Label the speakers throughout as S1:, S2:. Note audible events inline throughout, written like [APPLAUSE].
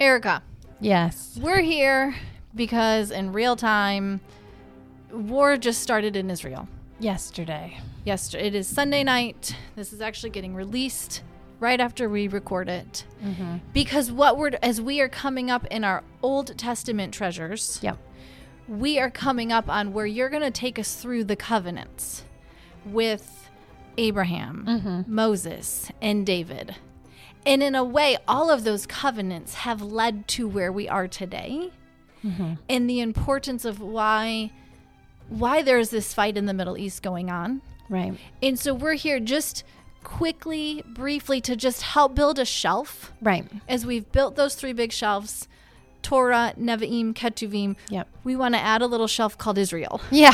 S1: Erica,
S2: Yes.
S1: we're here because in real time, war just started in Israel.
S2: Yesterday.
S1: Yes, it is Sunday night. This is actually getting released right after we record it. Because what we're, as we are coming up in our Old Testament treasures,
S2: Yep.
S1: we are coming up on where you're going to take us through the covenants with Abraham, Moses, and David. And in a way, all of those covenants have led to where we are today and the importance of why why there's this fight in the Middle East going on.
S2: Right.
S1: And so we're here just quickly, briefly to just help build a shelf
S2: Right.
S1: as we've built those three big shelves, Torah, Nevi'im, Ketuvim,
S2: Yep.
S1: we want to add a little shelf called Israel.
S2: [LAUGHS] Yeah.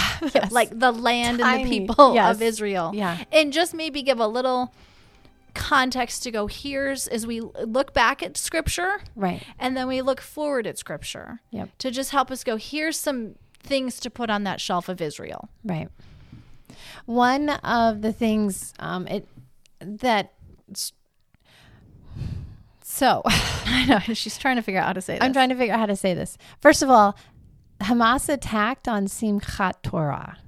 S1: Like the land and the
S2: Tiny.
S1: people
S2: Yes.
S1: of Israel.
S2: Yeah.
S1: And just maybe give a little context to go here's as we look back at scripture
S2: Right.
S1: and then we look forward at scripture
S2: Yep.
S1: to just help us go here's some things to put on that shelf of Israel.
S2: Right. One of the things um, it that so
S1: [LAUGHS]
S2: [LAUGHS]
S1: I know she's trying to figure out how to say that.
S2: I'm trying to figure out how to say this. First of all, Hamas attacked on Simchat Torah.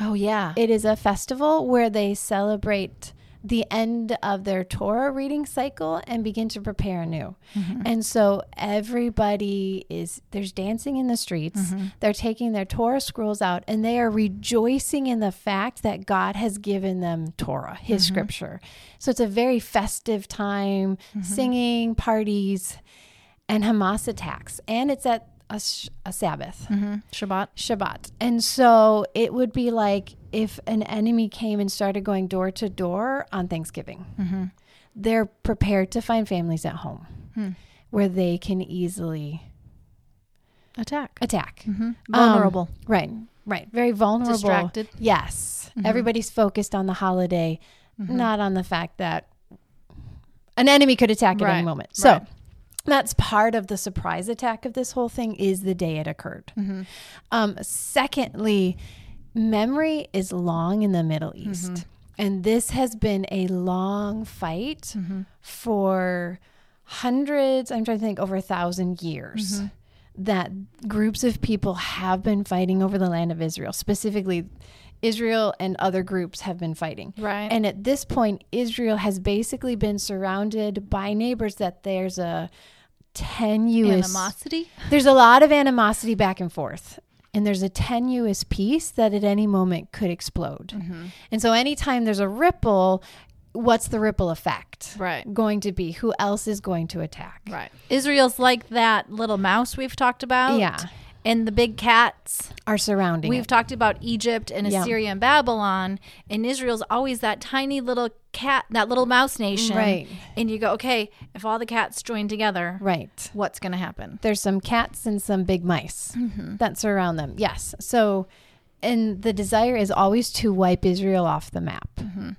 S1: oh yeah.
S2: It is a festival where they celebrate the end of their Torah reading cycle and begin to prepare anew. And so everybody is there's dancing in the streets. They're taking their Torah scrolls out and they are rejoicing in the fact that God has given them Torah, his scripture. So it's a very festive time, singing, parties, and Hamas attacks. And it's at a, sh- a Sabbath.
S1: Mm-hmm. Shabbat.
S2: Shabbat. And so it would be like if an enemy came and started going door to door on Thanksgiving. They're prepared to find families at home where they can easily
S1: Attack.
S2: attack. Um,
S1: Vulnerable.
S2: right, right. Very vulnerable.
S1: Distracted.
S2: Yes. Everybody's focused on the holiday, not on the fact that an enemy could attack at
S1: Right,
S2: any moment. So
S1: right.
S2: that's part of the surprise attack of this whole thing is the day it occurred. Um, secondly, memory is long in the Middle East. And this has been a long fight for hundreds, I'm trying to think, over a thousand years. That groups of people have been fighting over the land of Israel, specifically Israel and other groups have been fighting.
S1: Right.
S2: And at this point, Israel has basically been surrounded by neighbors that there's a tenuous
S1: Animosity.
S2: there's a lot of animosity back and forth. And there's a tenuous piece that at any moment could explode.
S1: Mm-hmm.
S2: And so, anytime there's a ripple, what's the ripple effect
S1: Right.
S2: going to be? Who else is going to attack?
S1: Right. Israel's like that little mouse we've talked about.
S2: Yeah.
S1: And the big cats.
S2: Our surrounding.
S1: We've
S2: it.
S1: talked about Egypt and
S2: Yeah.
S1: Assyria and Babylon, and Israel's always that tiny little cat, that little mouse nation.
S2: Right.
S1: And you go, okay, if all the cats join together,
S2: Right.
S1: what's going to happen?
S2: There's some cats and some big mice that surround them. Yes. So, and the desire is always to wipe Israel off the map.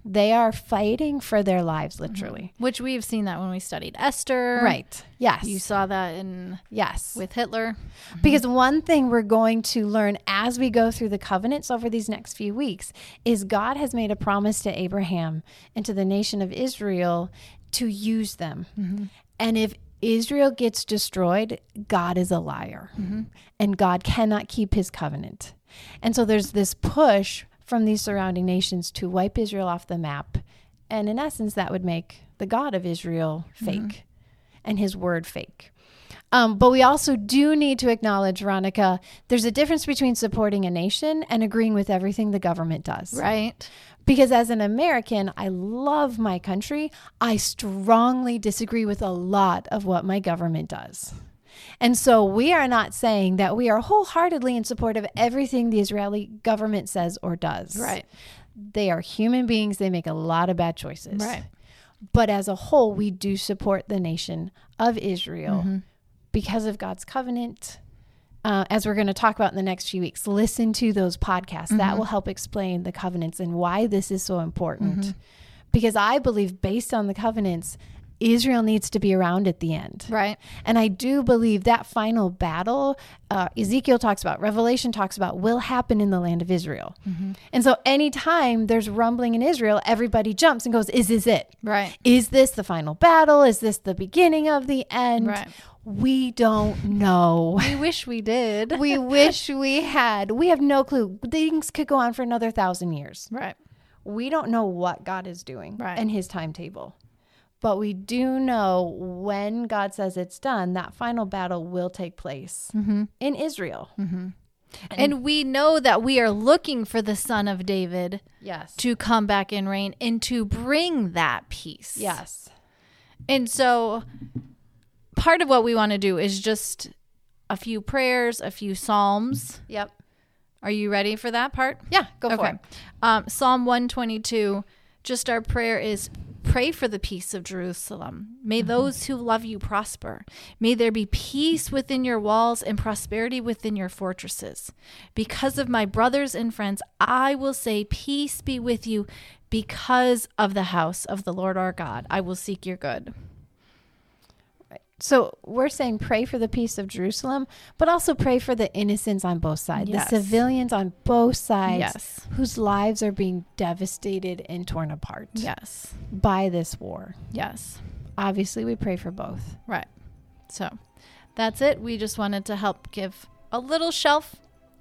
S2: They are fighting for their lives, literally.
S1: Which we've seen that when we studied Esther.
S2: Right. Yes.
S1: You saw that in
S2: yes.
S1: with Hitler.
S2: Because one thing we're going to learn as we go through the covenants over these next few weeks is God has made a promise to Abraham and to the nation of Israel to use them. And if Israel gets destroyed, God is a liar and God cannot keep his covenant. And so there's this push from these surrounding nations to wipe Israel off the map. And in essence, that would make the God of Israel fake and his word fake. Um, but we also do need to acknowledge, Veronica, there's a difference between supporting a nation and agreeing with everything the government does.
S1: Right.
S2: Because as an American, I love my country. I strongly disagree with a lot of what my government does. And so we are not saying that we are wholeheartedly in support of everything the Israeli government says or does.
S1: Right.
S2: They are human beings, they make a lot of bad choices.
S1: Right.
S2: But as a whole, we do support the nation of Israel because of God's covenant. Uh, as we're going to talk about in the next few weeks, listen to those podcasts. That will help explain the covenants and why this is so important. Because I believe, based on the covenants, Israel needs to be around at the end.
S1: Right.
S2: And I do believe that final battle, uh, Ezekiel talks about, Revelation talks about, will happen in the land of Israel. And so anytime there's rumbling in Israel, everybody jumps and goes, Is this it?
S1: Right.
S2: Is this the final battle? Is this the beginning of the end?
S1: Right.
S2: We don't know.
S1: We wish we did.
S2: we wish we had. We have no clue. Things could go on for another thousand years.
S1: right.
S2: We don't know what God is doing
S1: Right.
S2: and his timetable. But we do know when God says it's done, that final battle will take place in Israel.
S1: And we know that we are looking for the son of David
S2: Yes.
S1: to come back and reign and to bring that peace.
S2: Yes.
S1: And so part of what we want to do is just a few prayers, a few psalms.
S2: Yep.
S1: Are you ready for that part?
S2: Yeah. Go for it.
S1: Um, Psalm 122, just our prayer is pray for the peace of Jerusalem. May
S2: Mm-hmm.
S1: those who love you prosper. May there be peace within your walls and prosperity within your fortresses. Because of my brothers and friends, I will say, Peace be with you. Because of the house of the Lord our God, I will seek your good.
S2: So we're saying pray for the peace of Jerusalem, but also pray for the innocents on both sides,
S1: Yes.
S2: the civilians on both sides
S1: Yes.
S2: whose lives are being devastated and torn apart
S1: Yes.
S2: by this war.
S1: Yes.
S2: Obviously, we pray for both.
S1: Right. So that's it. We just wanted to help give a little shelf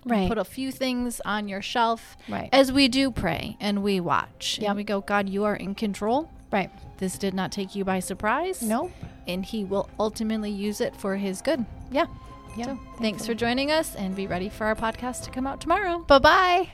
S2: Right.
S1: put a few things on your shelf
S2: Right.
S1: as we do pray and we watch
S2: Yep.
S1: and we go god you are in control
S2: right.
S1: this did not take you by surprise
S2: Nope.
S1: and he will ultimately use it for his good
S2: Yeah.
S1: so thanks for joining us and be ready for our podcast to come out tomorrow
S2: Bye bye.